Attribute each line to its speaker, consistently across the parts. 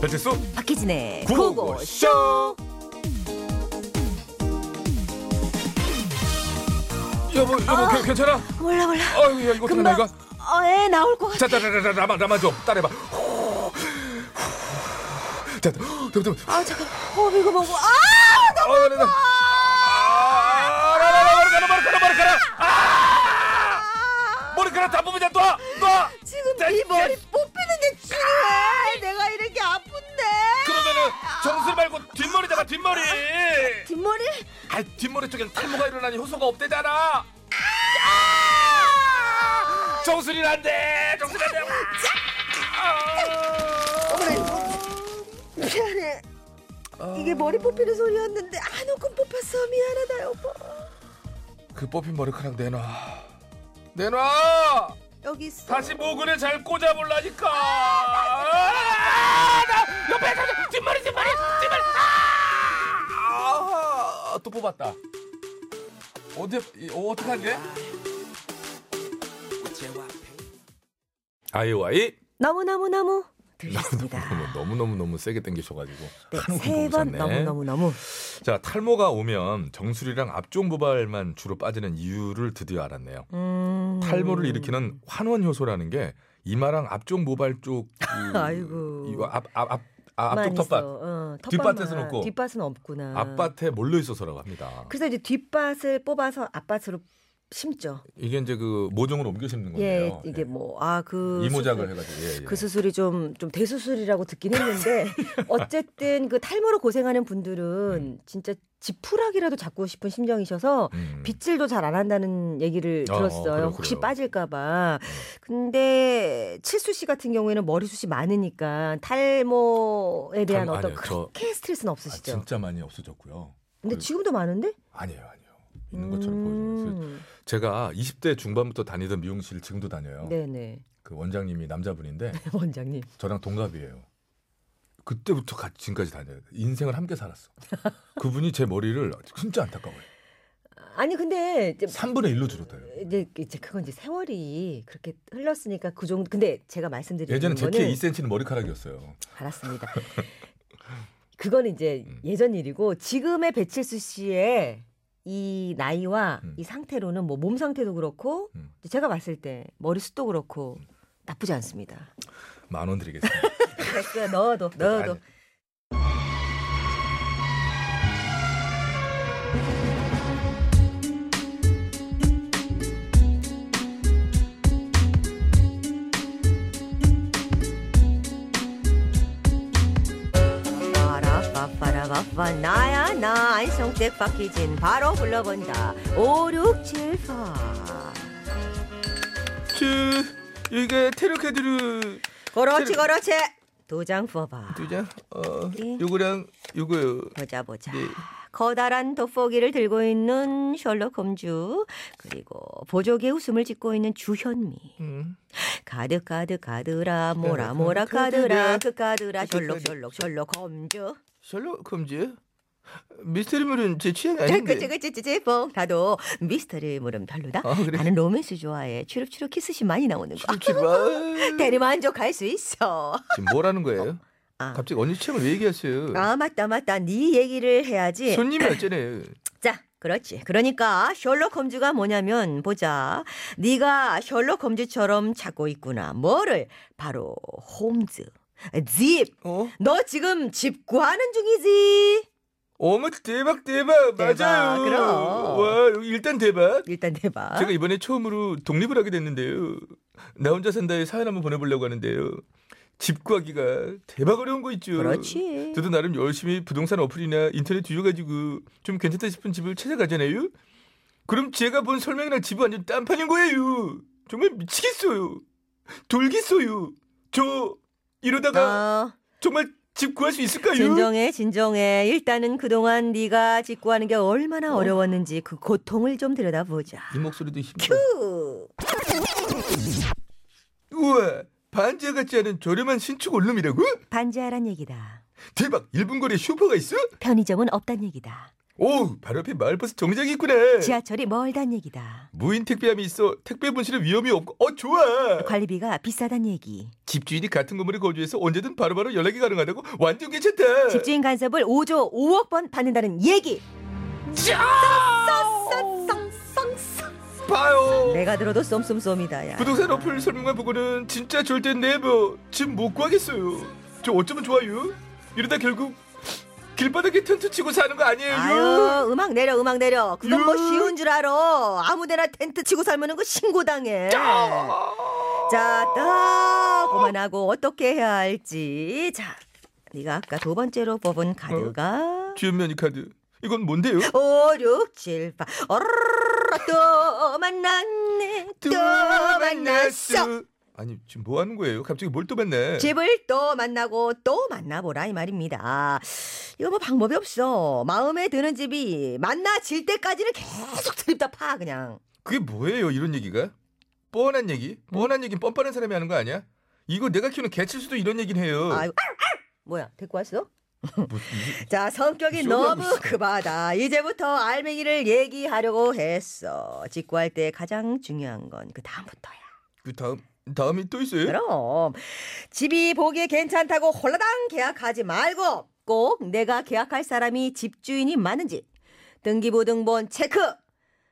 Speaker 1: 배칠수
Speaker 2: 박희진의 고고
Speaker 1: 구호쇼 여보 여보 괜- 괜찮아?
Speaker 2: 몰라 몰라
Speaker 1: 아유 야 이거 어떡하나
Speaker 2: 금방
Speaker 1: 이거
Speaker 2: 어애 나올 것 같아
Speaker 1: 자자라라 라마 라마 좀 따라해봐 자 잠깐만
Speaker 2: 아 잠깐 어 이거 뭐고 아
Speaker 1: 아, 나, 나. 아, 라, 라, 라, 머리카락, 머리카락, 머리카락. 아! 머리카락 다 뽑으자, 놔, 놔.
Speaker 2: 지금
Speaker 1: 나
Speaker 2: 이
Speaker 1: 진짜-
Speaker 2: 머리 뽑히는 게 중요해 내가 이렇게 아픈데
Speaker 1: 그러면은 정수 말고 뒷머리다가 뒷머리.
Speaker 2: 뒷머리
Speaker 1: 아, 뒷머리 쪽엔 탈모가 일어나니 효소가 없대잖아. 정수리 안 돼, 정수리 안 돼. 아.
Speaker 2: 어머나 이거 미안해 이게 뭐 머리 뽑히는 소리였는데 한 움큼 뽑혔어 미안하다 여보
Speaker 1: 그 뽑힌 머리카락 내놔. 내놔.
Speaker 2: 여기 있어
Speaker 1: 다시 모근에 잘 꽂아 볼라니까. 아, 나 옆에 잠깐 뒷머리 뒷머리 뒷머리. 아! 아, 또 뽑았다. 어디 어, 어떡하게? 아이와이
Speaker 2: 너무너무너무 들으셨습니다 네,
Speaker 1: 너무 너무 너무 세게 당기셔가지고
Speaker 2: 세 번 너무너무너무
Speaker 1: 자 탈모가 오면 정수리랑 앞쪽 모발만 주로 빠지는 이유를 드디어 알았네요.
Speaker 2: 음...
Speaker 1: 탈모를 일으키는 환원 효소라는 게 이마랑 앞쪽 모발 쪽 그,
Speaker 2: 아이고.
Speaker 1: 앞앞 앞 앞쪽
Speaker 2: 만
Speaker 1: 텃밭
Speaker 2: 있어. 어,
Speaker 1: 뒷밭에서는
Speaker 2: 텃밭만.
Speaker 1: 없고.
Speaker 2: 뒷밭은 없구나.
Speaker 1: 앞밭에 몰려 있어서라고 합니다.
Speaker 2: 그래서 이제 뒷밭을 뽑아서 앞밭으로 심죠.
Speaker 1: 이게 이제 그 모종으로 옮겨 심는
Speaker 2: 예,
Speaker 1: 건데요.
Speaker 2: 이게 뭐 아 그
Speaker 1: 이모작을 해가지고 예, 예.
Speaker 2: 그 수술이 좀 좀 대수술이라고 듣긴 했는데 어쨌든 그 탈모로 고생하는 분들은 진짜 지푸라기라도 잡고 싶은 심정이셔서
Speaker 1: 음.
Speaker 2: 빗질도 잘 안 한다는 얘기를
Speaker 1: 어, 어,
Speaker 2: 들었어요.
Speaker 1: 그래요,
Speaker 2: 혹시
Speaker 1: 그래요. 음.
Speaker 2: 빠질까봐. 근데 칠수 씨 같은 경우에는 머리숱이 많으니까 탈모에 대한
Speaker 1: 탈모,
Speaker 2: 어떤
Speaker 1: 아니요, 저-
Speaker 2: 그렇게 스트레스는
Speaker 1: 아,
Speaker 2: 없으시죠?
Speaker 1: 진짜 많이 없어졌고요.
Speaker 2: 근데
Speaker 1: 그-
Speaker 2: 지금도 많은데?
Speaker 1: 아니에요, 아니에요. 있는 것처럼 보이는.
Speaker 2: 음.
Speaker 1: 제가 20대 중반부터 다니던 미용실 지금도 다녀요.
Speaker 2: 네네.
Speaker 1: 그 원장님이 남자분인데
Speaker 2: 원장님.
Speaker 1: 저랑 동갑이에요. 그때부터 같이 지금까지 다녀요. 인생을 함께 살았어. 그분이 제 머리를 진짜 안타까워요.
Speaker 2: 아니 근데 이제
Speaker 1: 3분의 1로 줄었대요.
Speaker 2: 이제, 이제 그건 이제 세월이 그렇게 흘렀으니까 그 정도. 근데 제가 말씀드리는
Speaker 1: 예전에 제
Speaker 2: 거는
Speaker 1: 키에 2cm는 머리카락이었어요.
Speaker 2: 알았습니다. 그건 이제
Speaker 1: 음.
Speaker 2: 예전 일이고 지금의 배칠수 씨의 이 나이와
Speaker 1: 음.
Speaker 2: 이 상태로는 뭐 몸 상태도 그렇고
Speaker 1: 음.
Speaker 2: 제가 봤을 때 머리숱도 그렇고 나쁘지 않습니다.
Speaker 1: 만 원 드리겠습니다.
Speaker 2: 됐어요. 넣어도 넣어도.
Speaker 1: 네, 아니.
Speaker 2: 빠라빠빠라빠빠 나야 나 안성댁 박희진 바로 불러본다 5674
Speaker 1: 저 이게 테르케드르
Speaker 2: 그렇지 그렇지 두 장 뽑아
Speaker 1: 두장 어,
Speaker 2: 예.
Speaker 1: 요거랑 요거요.
Speaker 2: 보자 보자
Speaker 1: 네.
Speaker 2: 커다란 돋보기를 들고 있는 셜록 홈즈 그리고 보조개 웃음을 짓고 있는 주현미
Speaker 1: 음.
Speaker 2: 가득 가득 가드라 모라
Speaker 1: 가득,
Speaker 2: 모라
Speaker 1: 가득,
Speaker 2: 가드라
Speaker 1: 가득.
Speaker 2: 그 가드라
Speaker 1: 가득,
Speaker 2: 셜록
Speaker 1: 가득.
Speaker 2: 셜록 셜록 홈즈
Speaker 1: 아, 셜록 홈즈? 미스터리물은 제 취향이
Speaker 2: 네, 그치 그치 그치 뽕 나도 미스터리 물은 별로다
Speaker 1: 아, 그래?
Speaker 2: 나는 로맨스 좋아해 추룩추룩 키스씬 많이 나오는 거
Speaker 1: 지금
Speaker 2: 대리 만족할 수 네. 있어
Speaker 1: 뭐라는 거예요?
Speaker 2: 아,
Speaker 1: 갑자기 언니 취향을 왜 얘기하세요?
Speaker 2: 아 맞다 맞다 네 얘기를 해야지
Speaker 1: 손님이 왔잖아요.
Speaker 2: 자, 그렇지. 그러니까 셜록 홈즈가 뭐냐면 보자. 네가 셜록 홈즈처럼 찾고 있구나. 뭐를? 바로 홈즈. 집.
Speaker 1: 어?
Speaker 2: 너 지금 집 구하는 중이지.
Speaker 1: 어머 대박 대박
Speaker 2: 대박,
Speaker 1: 맞아요.
Speaker 2: 그럼.
Speaker 1: 와 여기 일단 대박.
Speaker 2: 일단 해봐.
Speaker 1: 제가 이번에 처음으로 독립을 하게 됐는데요. 나 혼자 산다에 사연 한번 보내보려고 하는데요. 집 구하기가 대박 어려운 거 있죠.
Speaker 2: 그렇지.
Speaker 1: 저도 나름 열심히 부동산 어플이나 인터넷 뒤져가지고 좀 괜찮다 싶은 집을 찾아가잖아요. 그럼 제가 본 설명이랑 집은 완전 딴판인 거예요. 정말 미치겠어요. 돌겠어요. 저 이러다가
Speaker 2: 어,
Speaker 1: 정말 집 구할 수 있을까요?
Speaker 2: 진정해, 진정해. 일단은 그동안 네가 집 구하는 게 얼마나 어. 려웠는지그 고통을 좀 들여다보자.
Speaker 1: 이 목소리도 힘들어.
Speaker 2: 으,
Speaker 1: 우와 반지하 같지 않은 저렴한 신축 원룸이라고?
Speaker 2: 반지하란 얘기다.
Speaker 1: 대박! 1분 거리에 슈퍼가 있어?
Speaker 2: 편의점은 없단 얘기다.
Speaker 1: 오, 바로 옆에 마을버스 정류장이 있구나.
Speaker 2: 지하철이 멀단 얘기다.
Speaker 1: 무인 택배함이 있어 택배 분실의 위험이 없고 어 좋아.
Speaker 2: 관리비가 비싸단 얘기.
Speaker 1: 집주인이 같은 건물에 거주해서 언제든 바로바로 연락이 가능하다고 완전 괜찮다.
Speaker 2: 집주인 간섭을 5조 5억 번 받는다는 얘기.
Speaker 1: 봐요.
Speaker 2: 내가 들어도 쏨쏨쏨이다. 야.
Speaker 1: 부동산 어플 설명만 보고는 진짜 절대 네버 집못 구하겠어요. 저 어쩌면 좋아요. 이러다 결국 길바닥에 텐트 치고 사는 거 아니에요?
Speaker 2: 아유 음악 내려 음악 내려 그건 뭐
Speaker 1: 유.
Speaker 2: 쉬운 줄 알아 아무데나 텐트 치고 살면은 그 신고당해
Speaker 1: 아!
Speaker 2: 자딱 그만하고 어떻게 해야 할지 자 네가 아까 두 번째로 뽑은 카드가
Speaker 1: 주연면이 카드. 이건 뭔데요?
Speaker 2: 오, 육, 칠, 팔. 어르르르 또 만났네 또 만났어
Speaker 1: 아니 지금 뭐 하는 거예요? 갑자기 뭘 또 만나?
Speaker 2: 집을 또 만나고 또 만나보라 이 말입니다. 이거 뭐 방법이 없어. 마음에 드는 집이 만나질 때까지는 계속 드립다 파 그냥.
Speaker 1: 그게 뭐예요? 이런 얘기가 뻔한 얘기? 뻔한 얘기는 뻔뻔한 사람이 하는 거 아니야? 이거 내가 키우는 개칠수도 이런 얘긴 해요.
Speaker 2: 아유, 뭐야 데리고 왔어?
Speaker 1: 뭐, 이게-
Speaker 2: 자 성격이
Speaker 1: 쇼를 하고
Speaker 2: 너무
Speaker 1: 있어.
Speaker 2: 급하다. 이제부터 알맹이를 얘기하려고 했어. 직구할 때 가장 중요한 건 그 다음부터야.
Speaker 1: 그 다음 다음이 또 있어요?
Speaker 2: 그럼 집이 보기에 괜찮다고 홀라당 계약하지 말고 꼭 내가 계약할 사람이 집주인이 맞는지 등기부등본 체크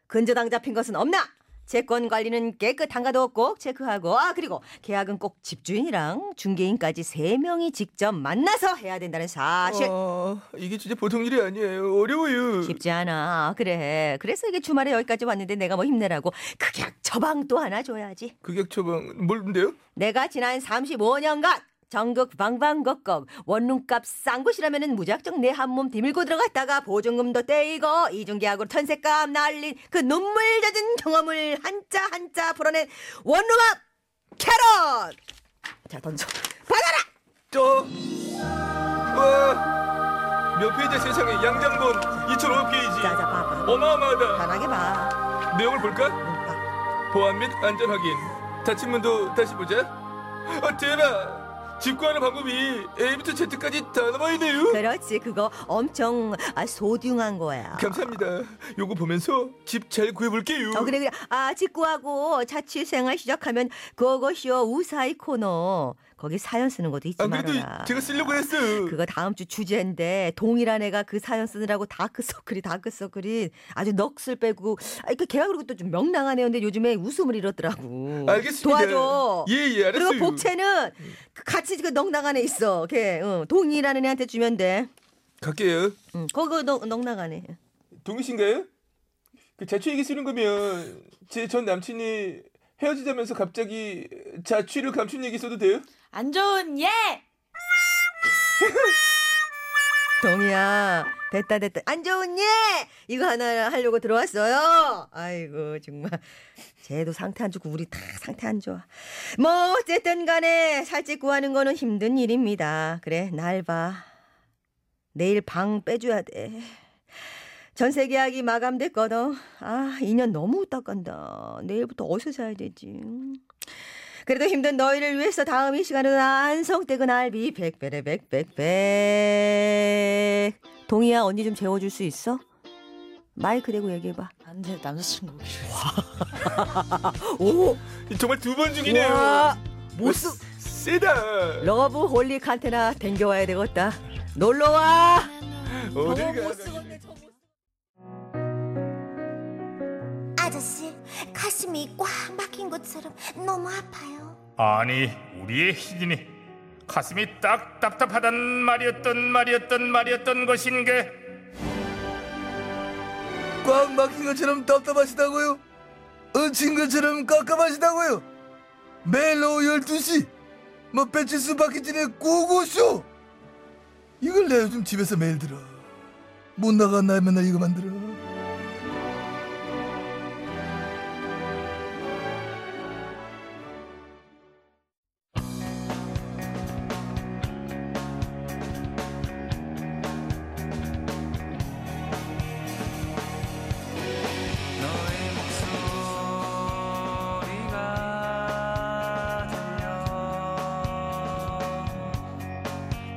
Speaker 2: 근저당 잡힌 것은 없나 채권 관리는 깨끗한가도 꼭 체크하고 아 그리고 계약은 꼭 집주인이랑 중개인까지 세 명이 직접 만나서 해야 된다는 사실
Speaker 1: 어, 이게 진짜 보통 일이 아니에요. 어려워요.
Speaker 2: 쉽지 않아 그래 그래서 이게 주말에 여기까지 왔는데 내가 뭐 힘내라고 극약 처방 또 하나 줘야지.
Speaker 1: 극약 처방 뭔데요?
Speaker 2: 내가 지난 35년간 전국 방방곡곡 원룸값 싼 곳이라면은 무작정 내 한 몸 디밀고 들어갔다가 보증금도 떼이고 이중계약으로 전세값 날린 그 눈물 젖은 경험을 한자 한자 풀어낸 원룸업 캐럿 자 던져 받아라
Speaker 1: 저 와, 몇 페이지 세상에 양장본 2005페이지
Speaker 2: 자자 봐봐
Speaker 1: 어마어마하다.
Speaker 2: 편하게 봐
Speaker 1: 내용을 볼까?
Speaker 2: 응, 봐.
Speaker 1: 보안 및 안전 확인. 닫힌 문도 다시 보자. 아 대박. 집구하는 방법이 A부터 Z까지 다 남아있네요.
Speaker 2: 그렇지 그거 엄청 아, 소중한 거야
Speaker 1: 감사합니다. 요거 보면서 집 잘 구해볼게요.
Speaker 2: 어 그래 그래 아 직구하고 자취생활 시작하면 그거쇼 우사히 코너 거기 사연 쓰는 것도 잊지
Speaker 1: 안 그래도
Speaker 2: 말아라
Speaker 1: 제가 쓰려고 했어.
Speaker 2: 그거 다음 주 주제인데 동일한 애가 그 사연 쓰느라고 다크서클이 다크서클이 아주 넋을 빼고 아, 그 걔가 그리고 또 좀 명랑한 애였는데 요즘에 웃음을 잃었더라고
Speaker 1: 알겠습니다.
Speaker 2: 도와줘
Speaker 1: 예예 아, 알았어요.
Speaker 2: 그리고 복채는 그 같이 그 넉넉한 애 있어 걔 응, 동일한 애한테 주면 돼
Speaker 1: 갈게요.
Speaker 2: 응, 그거 넉- 넉넉한 애
Speaker 1: 동희 씨인가요? 그 자취 얘기 쓰는 거면 제 전 남친이 헤어지자면서 갑자기 자취를 감춘 얘기 써도 돼요?
Speaker 3: 안 좋은 예.
Speaker 2: 동이야 됐다 됐다 안 좋은 예 이거 하나 하려고 들어왔어요 아이고 정말 쟤도 상태 안 좋고 우리 다 상태 안 좋아 뭐 어쨌든 간에 살집 구하는 거는 힘든 일입니다 그래 날 봐 내일 방 빼줘야 돼 전세 계약이 마감됐거든 아 2년 너무 후딱 간다 내일부터 어디서 자야 되지 음. 그래도 힘든 너희를 위해서 다음 이 시간은 안성댁은 알비 백배래 백백백 동희야 언니 좀 재워줄 수 있어? 마이크 대고 얘기해봐
Speaker 3: 안돼 남자친구 오기로 했어.
Speaker 2: 오!
Speaker 1: 정말 두 번 중이네요.
Speaker 2: 우와, 모습
Speaker 1: 세다.
Speaker 2: 러브 홀리칸테나 댕겨와야 되겠다 놀러와
Speaker 3: 저거
Speaker 1: 어딜 가나.
Speaker 3: 못 쓰겠네, 저거.
Speaker 4: 아저씨 가슴이 꽉 막힌 것처럼 너무 아파요.
Speaker 5: 아니 우리의 희진이 가슴이 딱 답답하단 말이었던 말이었던 말이었던 것인 게
Speaker 6: 꽉 막힌 것처럼 답답하시다고요? 얹힌 것처럼 깝깝하시다고요? 매일 오후 12시 뭐 배치수 박희진의 고고쇼 이걸 내가 요즘 집에서 매일 들어 못 나간 날 맨날 이거 만들어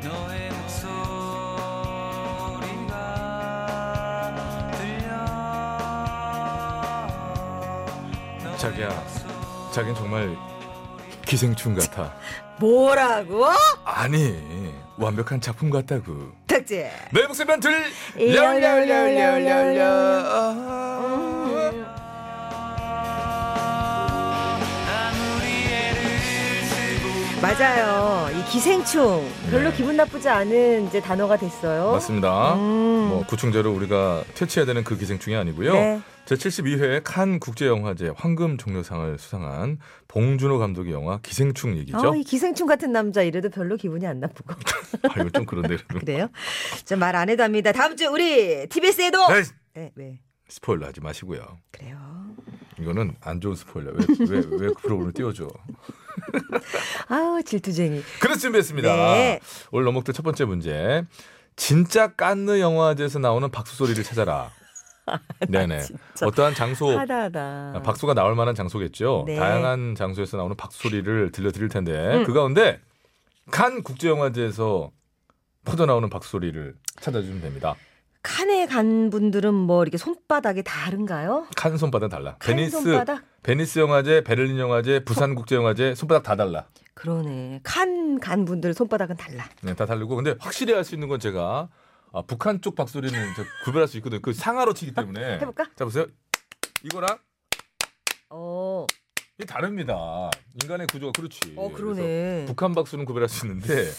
Speaker 7: 너의 목소리가
Speaker 1: 자기야, 자긴 정말 기생충 같아.
Speaker 2: 뭐라고?
Speaker 1: 아니, 완벽한 작품 같다고.
Speaker 2: 탁지.
Speaker 1: 내 목소리만 들. 려려려려려려.
Speaker 2: 맞아요. 이 기생충 별로 기분 나쁘지 않은 이제 단어가 됐어요.
Speaker 1: 맞습니다.
Speaker 2: 음.
Speaker 1: 뭐 구충제로 우리가 퇴치해야 되는 그 기생충이 아니고요.
Speaker 2: 네.
Speaker 1: 제 72회 칸 국제영화제 황금 종려상을 수상한 봉준호 감독의 영화 기생충 얘기죠.
Speaker 2: 어, 이 기생충 같은 남자 이래도 별로 기분이 안 나쁘고
Speaker 1: 아, 이거 좀 그런데 그래도.
Speaker 2: 그래요? 저 말 안 해도 합니다. 다음 주 우리 TBS에도
Speaker 1: 에이,
Speaker 2: 네, 왜
Speaker 1: 스포일러 하지 마시고요.
Speaker 2: 그래요?
Speaker 1: 이거는 안 좋은 스포일러. 왜왜왜 프로그램을 띄워줘?
Speaker 2: 아우 질투쟁이.
Speaker 1: 그래서 준비했습니다.
Speaker 2: 네.
Speaker 1: 오늘 넘어부터 첫 번째 문제. 진짜 깐느 영화제에서 나오는 박수 소리를 찾아라. 네네.
Speaker 2: 진짜.
Speaker 1: 어떠한 장소
Speaker 2: 하다하다.
Speaker 1: 아, 박수가 나올 만한 장소겠죠.
Speaker 2: 아. 네. 음.
Speaker 1: 다양한 장소에서 나오는 박수 소리를 들려드릴 텐데 그 가운데 칸 국제영화제에서 퍼져 나오는 박수 소리를 찾아주면 됩니다.
Speaker 2: 칸에 간 분들은 뭐 이렇게 손바닥이 다른가요?
Speaker 1: 칸 손바닥 달라.
Speaker 2: 칸
Speaker 1: 베니스
Speaker 2: 손바닥?
Speaker 1: 베니스 영화제, 베를린 영화제, 부산 국제영화제 손바닥 다 달라.
Speaker 2: 그러네. 칸 간 분들 손바닥은 달라.
Speaker 1: 네, 다 다르고 근데 확실히 할 수 있는 건 제가 아, 북한 쪽 박소리는 저 구별할 수 있거든요. 그 상하로 치기 때문에.
Speaker 2: 해볼까?
Speaker 1: 자 보세요. 이거랑
Speaker 2: 어,
Speaker 1: 이 다릅니다. 인간의 구조가 그렇지.
Speaker 2: 어
Speaker 1: 그래서
Speaker 2: 그러네.
Speaker 1: 북한 박수는 구별할 수 있는데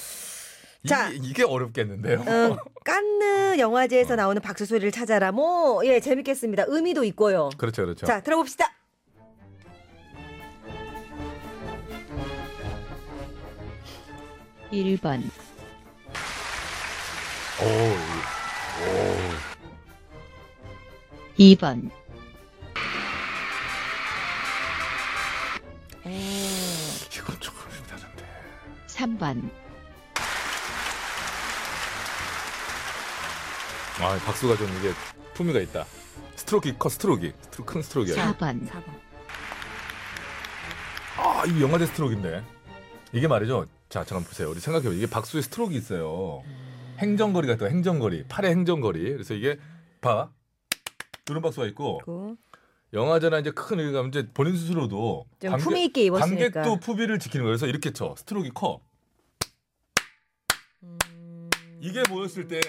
Speaker 2: 자.
Speaker 1: 이게, 이게 어렵겠는데요.
Speaker 2: 응, 깐느 영화제에서 나오는 박수 소리를 찾아라. 뭐, 예, 재밌겠습니다. 의미도 있고요.
Speaker 1: 그렇죠, 그렇죠.
Speaker 2: 자, 들어봅시다.
Speaker 1: 오, 오.
Speaker 7: 2번,
Speaker 1: 이건 조금 다른데.
Speaker 7: 3번,
Speaker 1: 아, 박수가 좀 이게 품위가 있다. 스트로크 커 스트로크, 스트로, 큰 스트로크야.
Speaker 7: 4번,
Speaker 1: 아, 이 영화제 스트로크인데. 이게 말이죠. 자, 잠깐 보세요. 우리 생각해보세요. 이게 박수의 스트로크 있어요. 행정거리 같은 거, 행정거리. 팔의 행정거리. 그래서 이게, 봐. 누른 박수가 있고,
Speaker 2: 고.
Speaker 1: 영화제나 이제 큰 의견 가면 이제 본인 스스로도
Speaker 2: 좀
Speaker 1: 관객-
Speaker 2: 품위 있게 입었으니까.
Speaker 1: 관객도 푸비를 지키는 거예요. 그래서 이렇게 쳐. 스트로크 커.
Speaker 2: 음.
Speaker 1: 이게 모였을 때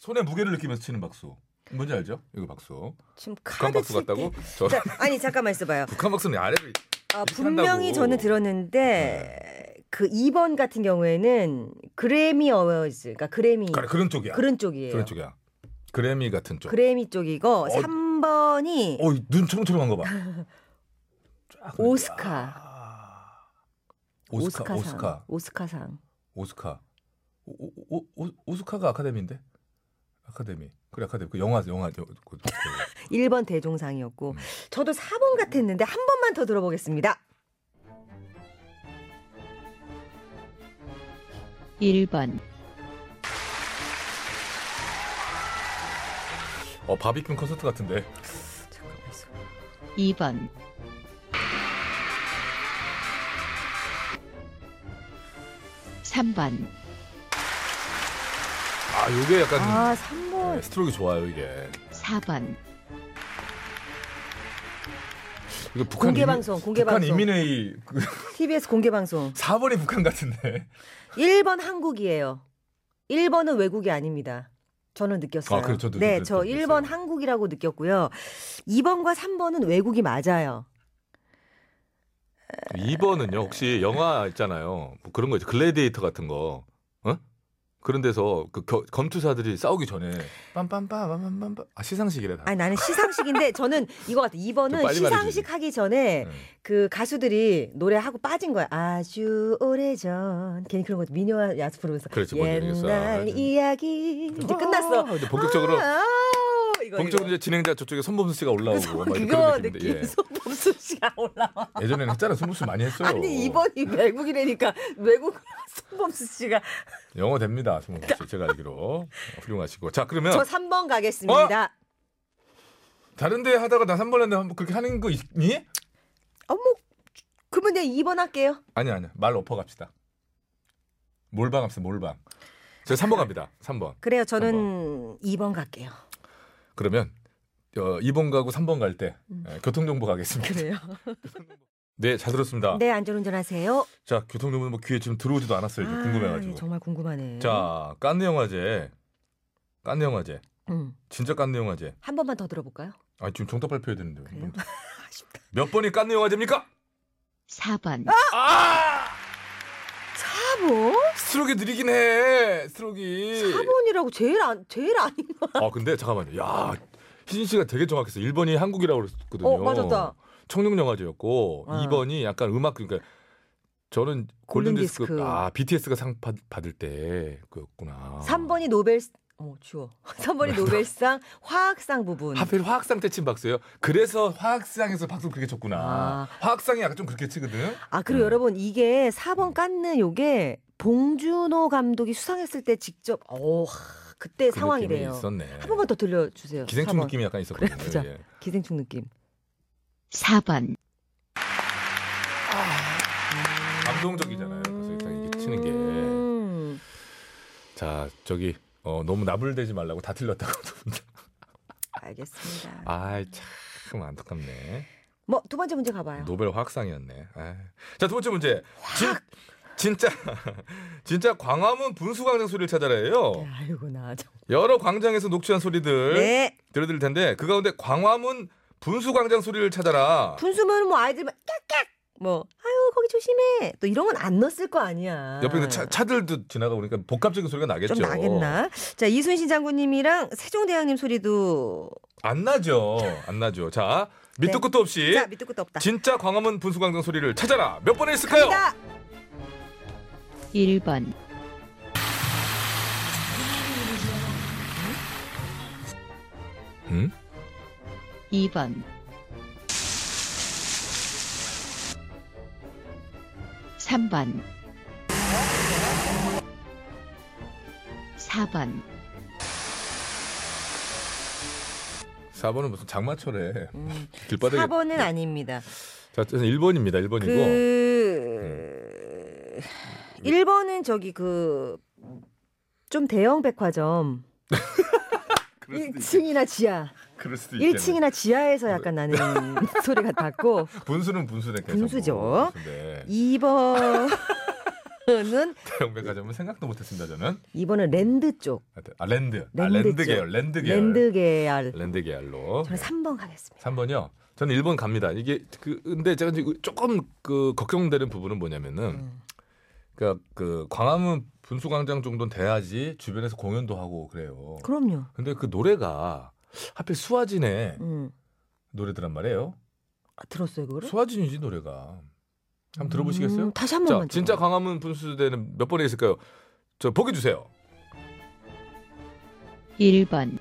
Speaker 1: 손에 무게를 느끼면서 치는 박수. 뭔지 알죠? 이거 박수.
Speaker 2: 지금
Speaker 1: 북한
Speaker 2: 카드
Speaker 1: 박수
Speaker 2: 칠 때.
Speaker 1: 같다고? 저
Speaker 2: 자, 아니 잠깐만 있어봐요.
Speaker 1: 북한 박수는 아래로
Speaker 2: 아,
Speaker 1: 어. 이렇게
Speaker 2: 분명히
Speaker 1: 한다고. 네.
Speaker 2: 저는 들었는데 그 2번 같은 경우에는 그래미 어워즈, 그러니까 그래미
Speaker 1: 그래, 그런 쪽이야.
Speaker 2: 그런 쪽이에요.
Speaker 1: 그런 어. 쪽이야. 그래미 같은 쪽.
Speaker 2: 그래미 쪽이고 3번이
Speaker 1: 어, 눈 초롱초롱한 거 봐. 쫙
Speaker 2: 오스카.
Speaker 1: 아. 오스카,
Speaker 2: 오스카상.
Speaker 1: 오스카,
Speaker 2: 오스카상.
Speaker 1: 오스카. 오, 오, 오, 오- 오스카가 아카데미인데? 아카데미. 그래, 아카데미. 그 영화, 영화. 저, 그, 그, 그.
Speaker 2: 1번 대종상이었고
Speaker 1: 음.
Speaker 2: 저도 4번 같았는데 한 번만 더 들어보겠습니다.
Speaker 7: 1번,
Speaker 1: 어, 바비킴 콘서트 같은데.
Speaker 7: 2번, 삼번
Speaker 1: 아, 요게 약간
Speaker 2: 아, 3번.
Speaker 1: 네, 스트로크 좋아요, 이게.
Speaker 7: 사번
Speaker 1: 이거 북한
Speaker 2: 공개
Speaker 1: 인민-
Speaker 2: 방송, 공개
Speaker 1: 북한
Speaker 2: 방송.
Speaker 1: 인민회의 그
Speaker 2: TBS 공개 방송.
Speaker 1: 4번이 북한 같은데.
Speaker 2: 1번 한국이에요. 1번은 외국이 아닙니다. 저는 느꼈어요.
Speaker 1: 아, 그래, 저도
Speaker 2: 네,
Speaker 1: 느꼈-
Speaker 2: 저
Speaker 1: 느꼈어요.
Speaker 2: 1번 한국이라고 느꼈고요. 2번과 3번은 외국이 맞아요.
Speaker 1: 2번은요, 혹시 영화 있잖아요. 뭐 그런 거 있죠. 글래디에이터 같은 거. 어? 그런 데서 그 겨- 검투사들이 싸우기 전에 빰빰빰빰빰빰 아 시상식이래 다.
Speaker 2: 아니, 나는 시상식인데 저는 이거 같아.
Speaker 1: 좀
Speaker 2: 2번은
Speaker 1: 빨리 말해주지.
Speaker 2: 시상식 하기 전에
Speaker 1: 응.
Speaker 2: 그 가수들이 노래하고 빠진 거야. 아주 오래전. 괜히 그런 거 민요와 야수 부르면서
Speaker 1: 그렇지, 뭔지 알겠어.
Speaker 2: 옛날
Speaker 1: 알지.
Speaker 2: 이야기. 이제 끝났어.
Speaker 1: 네. 아, 이제 본격적으로
Speaker 2: 아, 이거,
Speaker 1: 본격적으로
Speaker 2: 이거.
Speaker 1: 이제 진행자 저쪽에 손범수 씨가 올라오고 막 이런
Speaker 2: 그거
Speaker 1: 그런 느낌인데,
Speaker 2: 느낌 손범수 씨가 올라와.
Speaker 1: 예. 예전에는 했잖아 손범수 씨 많이 했어요.
Speaker 2: 아니 이번이 외국이라니까 외국 손범수 씨가
Speaker 1: 영어 됩니다 손범수 씨 제가 알기로 어, 훌륭하시고 자 그러면
Speaker 2: 저 3번 가겠습니다.
Speaker 1: 다른데 하다가 나 3번 했는데 한번 그렇게 하는 거 있니?
Speaker 2: 어머 그러면 내가 2번 할게요.
Speaker 1: 아니 아니 말 엎어갑시다. 몰방 합시다 몰방. 제가 3번 갑니다. 3번.
Speaker 2: 그래요. 저는 2번 갈게요.
Speaker 1: 그러면 어, 2번 가고 3번 갈 때 예, 교통정보 가겠습니다.
Speaker 2: 음. 그래요.
Speaker 1: 네, 잘 들었습니다.
Speaker 2: 네, 안전운전하세요.
Speaker 1: 자, 교통정보 뭐 귀에 지금 들어오지도 않았어요. 이제 궁금해가지고.
Speaker 2: 아, 정말 궁금하네.
Speaker 1: 자, 깐느 영화제. 깐느 영화제.
Speaker 2: 음,
Speaker 1: 진짜 깐느 영화제.
Speaker 2: 한 번만 더 들어볼까요?
Speaker 1: 아, 지금 정답 발표해야 되는데.
Speaker 2: 그래요?
Speaker 1: 뭐,
Speaker 2: 아쉽다.
Speaker 1: 몇 번이 깐느 영화제입니까? 아!
Speaker 7: 4번,
Speaker 2: 사본?
Speaker 1: 스트로크 느리긴 해. 스트로크.
Speaker 2: 사본이라고 예. 제일 안 제일 아닌 거.
Speaker 1: 아, 근데 잠깐만요. 야, 희진 씨가 되게 정확했어요. 1번이 한국이라고 그랬거든요.
Speaker 2: 어, 맞았다.
Speaker 1: 청룡 영화제였고
Speaker 2: 아.
Speaker 1: 2번이 약간 음악 그러니까 저는 골든
Speaker 2: 골든디스크.
Speaker 1: 디스크 아, BTS가 상 받, 받을 때 그였구나.
Speaker 2: 3번이 노벨 어, 추워. 3번이 노벨상 화학상 부분.
Speaker 1: 하필 화학상 때 친 박수예요. 그래서 화학상에서 박수 그렇게 쳤구나.
Speaker 2: 아.
Speaker 1: 화학상이 약간 좀 그렇게 치거든.
Speaker 2: 아, 그리고
Speaker 1: 음.
Speaker 2: 여러분 이게 4번 깐는 요게 봉준호 감독이 수상했을 때 직접 어, 하, 그때
Speaker 1: 그
Speaker 2: 상황이래요.
Speaker 1: 느낌이 있었네.
Speaker 2: 한 번만 더 들려 주세요.
Speaker 1: 기생충 느낌이 약간 있었거든요.
Speaker 2: 그래, 보자.
Speaker 1: 예.
Speaker 2: 기생충 느낌.
Speaker 7: 4번,
Speaker 1: 감동적이잖아요. 그래서 일단 이게 치는 게.
Speaker 2: 음.
Speaker 1: 자, 저기 어, 너무 나불대지 말라고 다 틀렸다고 두 분. 다.
Speaker 2: 알겠습니다.
Speaker 1: 아이 참 안타깝네.
Speaker 2: 뭐 두 번째 문제 가봐요.
Speaker 1: 노벨 화학상이었네. 에이. 자, 두 번째 문제. 진, 진짜 진짜 광화문 분수광장 소리를 찾아라예요.
Speaker 2: 아이고 나 정.
Speaker 1: 여러 광장에서 녹취한 소리들
Speaker 2: 네.
Speaker 1: 들려드릴 텐데 그 가운데 광화문 분수광장 소리를 찾아라.
Speaker 2: 분수면 뭐 아이들만 깍깍 뭐 아유 거기 조심해 또 이런 건 안 넣었을 거 아니야.
Speaker 1: 옆에 그 차, 차들도 지나가고 그러니까 복합적인 소리가 나겠죠.
Speaker 2: 좀 나겠나? 자 이순신 장군님이랑 세종대왕님 소리도
Speaker 1: 안 나죠. 안 나죠. 자, 밑도
Speaker 2: 네.
Speaker 1: 끝도 없이
Speaker 2: 자 밑도 끝도 없다.
Speaker 1: 진짜 광화문 분수광장 소리를 찾아라. 몇 번에 있을까요?
Speaker 2: 자
Speaker 7: 1번,
Speaker 1: 음?
Speaker 7: 2번, 3번, 4번,
Speaker 1: 4번은 무슨 장마철에
Speaker 2: 음,
Speaker 1: 길바닥에
Speaker 2: 4번은 아닙니다.
Speaker 1: 자, 저는 1번입니다. 1번이고.
Speaker 2: 그 1번은 저기 그 좀 대형 백화점
Speaker 1: 그럴 수도 있-
Speaker 2: 1층이나 지하
Speaker 1: 그럴 수도 있겠네. 네.
Speaker 2: 1층이나 지하에서 약간 나는 소리 같았고
Speaker 1: 분수는 분수네. 계속.
Speaker 2: 분수죠.
Speaker 1: 뭐 분수인데.
Speaker 2: 2번은
Speaker 1: 대형백화점은 생각도 못했습니다. 저는.
Speaker 2: 2번은 랜드 쪽
Speaker 1: 아, 랜드. 랜드 아,
Speaker 2: 랜드죠.
Speaker 1: 랜드 계열. 랜드 계열.
Speaker 2: 랜드 계열.
Speaker 1: 랜드 계열로. 네.
Speaker 2: 저는 3번 가겠습니다.
Speaker 1: 3번이요. 저는 1번 갑니다. 이게 그 근데 제가 지금 조금 그 걱정되는 부분은 뭐냐면은
Speaker 2: 음.
Speaker 1: 그러니까 그 광화문 분수광장 정도는 돼야지 주변에서 공연도 하고 그래요.
Speaker 2: 그럼요.
Speaker 1: 근데 그 노래가 하필 수아진의
Speaker 2: 음.
Speaker 1: 노래들란 말이에요.
Speaker 2: 아, 들었어요 그거를?
Speaker 1: 수아진이지 노래가. 한번
Speaker 2: 음,
Speaker 1: 들어보시겠어요?
Speaker 2: 다시 한
Speaker 1: 자,
Speaker 2: 번만.
Speaker 1: 진짜
Speaker 2: 들어봐요.
Speaker 1: 광화문 분수대는 몇 번에 있을까요? 저 보기 주세요.
Speaker 7: 1번,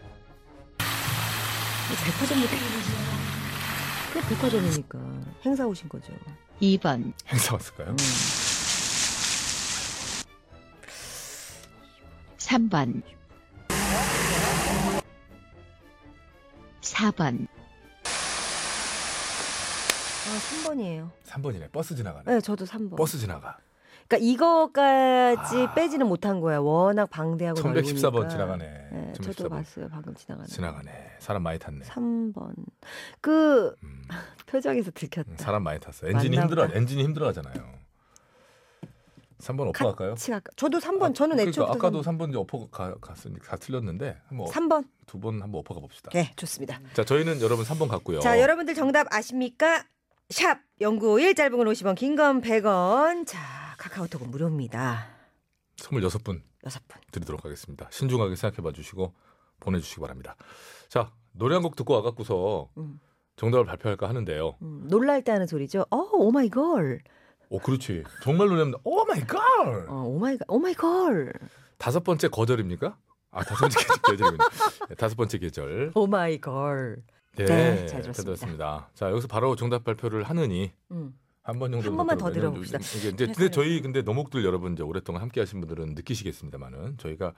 Speaker 2: 백화점 느낌. 그 백화점이니까 행사 오신 거죠.
Speaker 7: 2번,
Speaker 1: 행사
Speaker 2: 음.
Speaker 1: 왔을까요?
Speaker 7: 3번, 4번,
Speaker 2: 아 3번이에요.
Speaker 1: 3번이네. 버스 지나가네.
Speaker 2: 네 저도 3번.
Speaker 1: 버스 지나가.
Speaker 2: 그러니까 이거까지
Speaker 1: 아.
Speaker 2: 빼지는 못한 거야. 워낙 방대하고
Speaker 1: 1114번
Speaker 2: 넓으니까.
Speaker 1: 지나가네.
Speaker 2: 네, 저도
Speaker 1: 1114번.
Speaker 2: 봤어요 방금 지나가는.
Speaker 1: 지나가네. 사람 많이 탔네.
Speaker 2: 3번. 그
Speaker 1: 음,
Speaker 2: 표정에서 들켰다.
Speaker 1: 사람 많이 탔어. 엔진이
Speaker 2: 맞나
Speaker 1: 힘들어.
Speaker 2: 보다.
Speaker 1: 엔진이 힘들어하잖아요. 3번 엎어 갈까요?
Speaker 2: 같이 갈까? 저도 3번. 저는
Speaker 1: 그러니까
Speaker 2: 애초부터
Speaker 1: 아까도 3번 엎어 가- 갔으니까 다 틀렸는데 한번
Speaker 2: 3번.
Speaker 1: 두 번 한번 엎어 가 봅시다.
Speaker 2: 네, 좋습니다.
Speaker 1: 자, 저희는 여러분 3번 갔고요.
Speaker 2: 자, 여러분들 정답 아십니까? 샵 0951 짧은 건 50원, 긴 건 100원. 자, 카카오톡은 무료입니다.
Speaker 1: 26분
Speaker 2: 여섯 분.
Speaker 1: 드리도록 하겠습니다. 신중하게 생각해 봐 주시고 보내 주시기 바랍니다. 자, 노래 한 곡 듣고 와 갖고서
Speaker 2: 음.
Speaker 1: 정답을 발표할까 하는데요.
Speaker 2: 음, 놀랄 때 하는 소리죠. 어, 오 마이 걸.
Speaker 1: 오, 그렇지. 정말 Oh 노래합니다. 오 마이 갓!
Speaker 2: 어, 오 마이 걸. 오 마이 걸.
Speaker 1: 다섯 번째 거절입니까? 아 다섯 번째 계절, 계절이군요. 네, 다섯 번째 계절.
Speaker 2: 오 마이 걸.
Speaker 1: 네,
Speaker 2: 네, 잘 들었습니다.
Speaker 1: 들었습니다. 자 여기서 바로 정답 발표를 하느니
Speaker 2: 음.
Speaker 1: 한 번 정도
Speaker 2: 한 번만 더 들어봅시다.
Speaker 1: 이게 이제 근데 저희 근데 너목들 여러분 이제 오랫동안 함께하신 분들은 느끼시겠습니다만은 저희가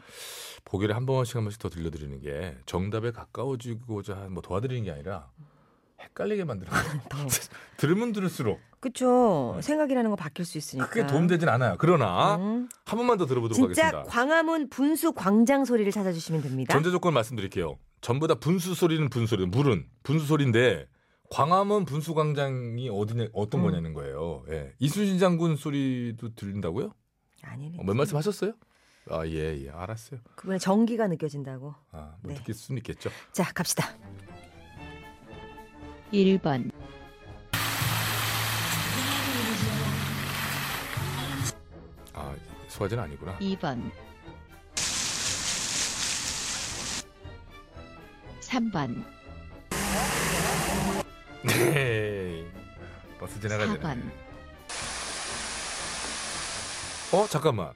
Speaker 1: 보기를 한 번씩 한 번씩 더 들려드리는 게 정답에 가까워지고자 한- 뭐 도와드리는 게 아니라 헷갈리게 만들어요.
Speaker 2: 네.
Speaker 1: 들으면 들을수록
Speaker 2: 그쵸. 생각이라는 거 바뀔 수 있으니까.
Speaker 1: 크게 도움되진 않아요. 그러나
Speaker 2: 음.
Speaker 1: 한 번만 더 들어보도록
Speaker 2: 진짜
Speaker 1: 하겠습니다.
Speaker 2: 광화문 분수 광장 소리를 찾아주시면 됩니다.
Speaker 1: 전제 조건 말씀드릴게요. 전부 다 분수 소리는 분수리, 물은 분수 소리인데 광화문 분수 광장이 어디냐, 어떤
Speaker 2: 음.
Speaker 1: 거냐는 거예요. 예. 이순신 장군 소리도 들린다고요?
Speaker 2: 아니,
Speaker 1: 어, 몇 말씀 하셨어요? 아, 예, 예, 알았어요.
Speaker 2: 그분의 정기가 느껴진다고.
Speaker 1: 아, 뭐
Speaker 2: 네.
Speaker 1: 느낄 수는 있겠죠.
Speaker 2: 자, 갑시다.
Speaker 7: 1번,
Speaker 1: 아, 소화제는 아니구나.
Speaker 7: 2번. 3번,
Speaker 1: 네. 버스 지나가야 되네.
Speaker 7: 4번,
Speaker 1: 어, 잠깐만.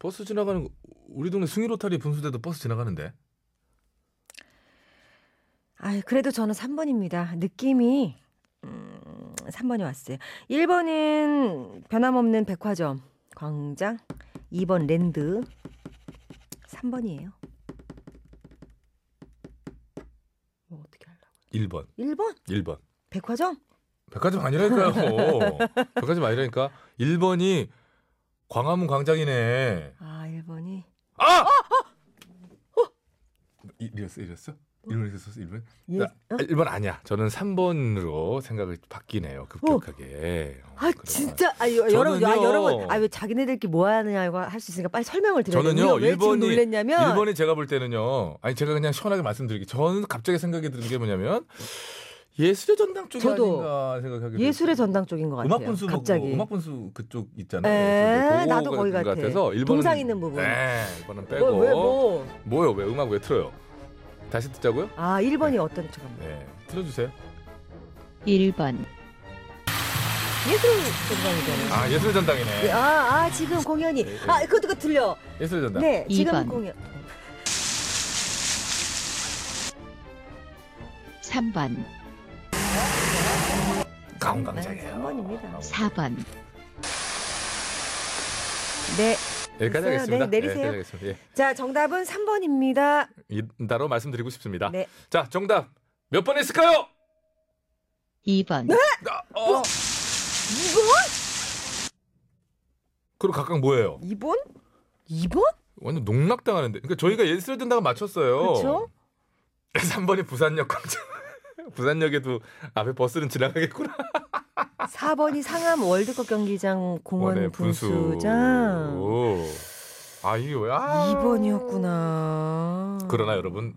Speaker 1: 버스 지나가는 거, 우리 동네 승희 로타리 분수대도 버스 지나가는데.
Speaker 2: 아, 그래도 저는 3번입니다. 느낌이 음, 3번이 왔어요. 1번은 변함없는 백화점 광장, 2번 랜드, 3번이에요. 뭐 어떻게 하려고?
Speaker 1: 1번.
Speaker 2: 1번
Speaker 1: 1번.
Speaker 2: 백화점?
Speaker 1: 백화점 아니라니까요. 백화점 아니라니까. 1번이 광화문 광장이네.
Speaker 2: 아, 1번이
Speaker 1: 아! 이- 이랬어, 이랬어? 1번 이랬어, 1번?
Speaker 2: 예.
Speaker 1: 아, 1번 아니야. 저는 3번으로 생각을
Speaker 2: 어?
Speaker 1: 바뀌네요. 급격하게. 어,
Speaker 2: 아
Speaker 1: 그렇구나.
Speaker 2: 진짜 아 여- 여러분 아
Speaker 1: 저는요.
Speaker 2: 여러분 아왜 자기네들끼리 뭐 하느냐고 할 수 있으니까 빨리 설명을 드려야
Speaker 1: 저는요,
Speaker 2: 되는데 왜 지금
Speaker 1: 일본이-
Speaker 2: 놀랬냐면
Speaker 1: 1번이 제가 볼 때는요. 아니 제가 그냥 시원하게 말씀드릴게요. 저는 갑자기 생각이 드는 게 뭐냐면 예술의 전당 쪽이
Speaker 2: 저도
Speaker 1: 아닌가 생각하게
Speaker 2: 예술의
Speaker 1: 됐어요.
Speaker 2: 전당 쪽인 것 같아요.
Speaker 1: 음악 분수
Speaker 2: 갑자기 뭐,
Speaker 1: 보고 음악 분수 그쪽 있잖아요.
Speaker 2: 에,
Speaker 1: 그래서
Speaker 2: 나도
Speaker 1: 그거가
Speaker 2: 거기
Speaker 1: 있는 것
Speaker 2: 같아.
Speaker 1: 같아서 일본은-
Speaker 2: 동상 있는 부분.
Speaker 1: 네, 이번은 빼고.
Speaker 2: 뭐, 왜 뭐?
Speaker 1: 요왜 음악 왜 틀어요? 다시 듣자고요?
Speaker 2: 아 1번이 어떤 척 합니다.
Speaker 1: 네, 틀어주세요.
Speaker 7: 1번,
Speaker 2: 예술 전당이잖아요.
Speaker 1: 아 예술
Speaker 2: 예,
Speaker 1: 전당이네.
Speaker 2: 아, 아 지금 공연이
Speaker 1: 네,
Speaker 2: 아
Speaker 1: 네.
Speaker 2: 그것도 그 들려.
Speaker 1: 예술 전당.
Speaker 2: 네 지금
Speaker 7: 이번.
Speaker 2: 공연
Speaker 7: 3번,
Speaker 2: 네,
Speaker 1: 강강장이에요. 아,
Speaker 2: 3번입니다.
Speaker 7: 4번.
Speaker 2: 네.
Speaker 1: 여기까지
Speaker 2: 있어요.
Speaker 1: 하겠습니다.
Speaker 2: 네, 내리세요.
Speaker 1: 네, 여기까지 하겠습니다. 예.
Speaker 2: 자 정답은 3번입니다.
Speaker 1: 이다로 말씀드리고 싶습니다.
Speaker 2: 네.
Speaker 1: 자, 정답 몇 번 했을까요?
Speaker 7: 2번,
Speaker 1: 아, 어. 그리고 각각 뭐예요?
Speaker 2: 2번? 2번?
Speaker 1: 완전 농락당하는데. 그러니까 저희가 예술의 전당을 맞췄어요.
Speaker 2: 그쵸?
Speaker 1: 3번이 부산역 광장. 부산역에도 앞에 버스는 지나가겠구나.
Speaker 2: 4번이 상암 월드컵 경기장 공원
Speaker 1: 원의
Speaker 2: 분수장.
Speaker 1: 오. 아, 이게 뭐야? 아.
Speaker 2: 2번이었구나.
Speaker 1: 그러나 여러분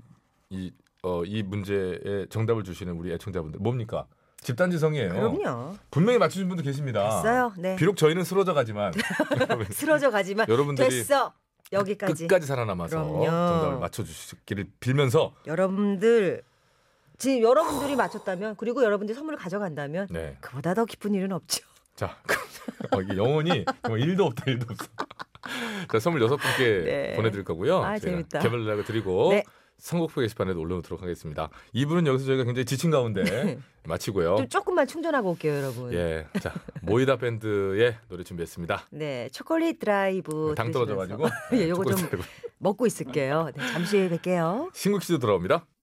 Speaker 1: 이 어, 이 문제의 정답을 주시는 우리 애청자분들 뭡니까? 집단지성이에요.
Speaker 2: 그럼요.
Speaker 1: 분명히 맞추신 분도 계십니다.
Speaker 2: 됐어요. 네.
Speaker 1: 아. 비록 저희는 쓰러져 가지만
Speaker 2: 쓰러져 가지만
Speaker 1: 여러분들이
Speaker 2: 됐어. 여기까지.
Speaker 1: 끝까지 살아남아서
Speaker 2: 그럼요.
Speaker 1: 정답을 맞춰주시기를 빌면서
Speaker 2: 여러분들 지금 여러분들이 맞췄다면 그리고 여러분들이 선물을 가져간다면
Speaker 1: 네.
Speaker 2: 그보다 더 기쁜 일은 없죠.
Speaker 1: 자, 어, 이게 영혼이 정말 일도 없다 일도 없어. 자, 선물 여섯 분께
Speaker 2: 네.
Speaker 1: 보내드릴 거고요.
Speaker 2: 아,
Speaker 1: 저희가
Speaker 2: 재밌다.
Speaker 1: 개별 연락을 드리고
Speaker 2: 네.
Speaker 1: 선곡표 게시판에도 올려놓도록 하겠습니다. 이분은 여기서 저희가 굉장히 지친 가운데 마치고요.
Speaker 2: 좀 조금만 충전하고 올게요, 여러분.
Speaker 1: 어? 예, 자 모이다 밴드의 노래 준비했습니다.
Speaker 2: 네, 초콜릿 드라이브
Speaker 1: 네, 당
Speaker 2: 들으시면서
Speaker 1: 떨어져가지고 네,
Speaker 2: 예, 요거 좀
Speaker 1: 초콜릿 드라이브.
Speaker 2: 먹고 있을게요. 네, 잠시 후에 뵐게요.
Speaker 1: 신국 씨도 돌아옵니다.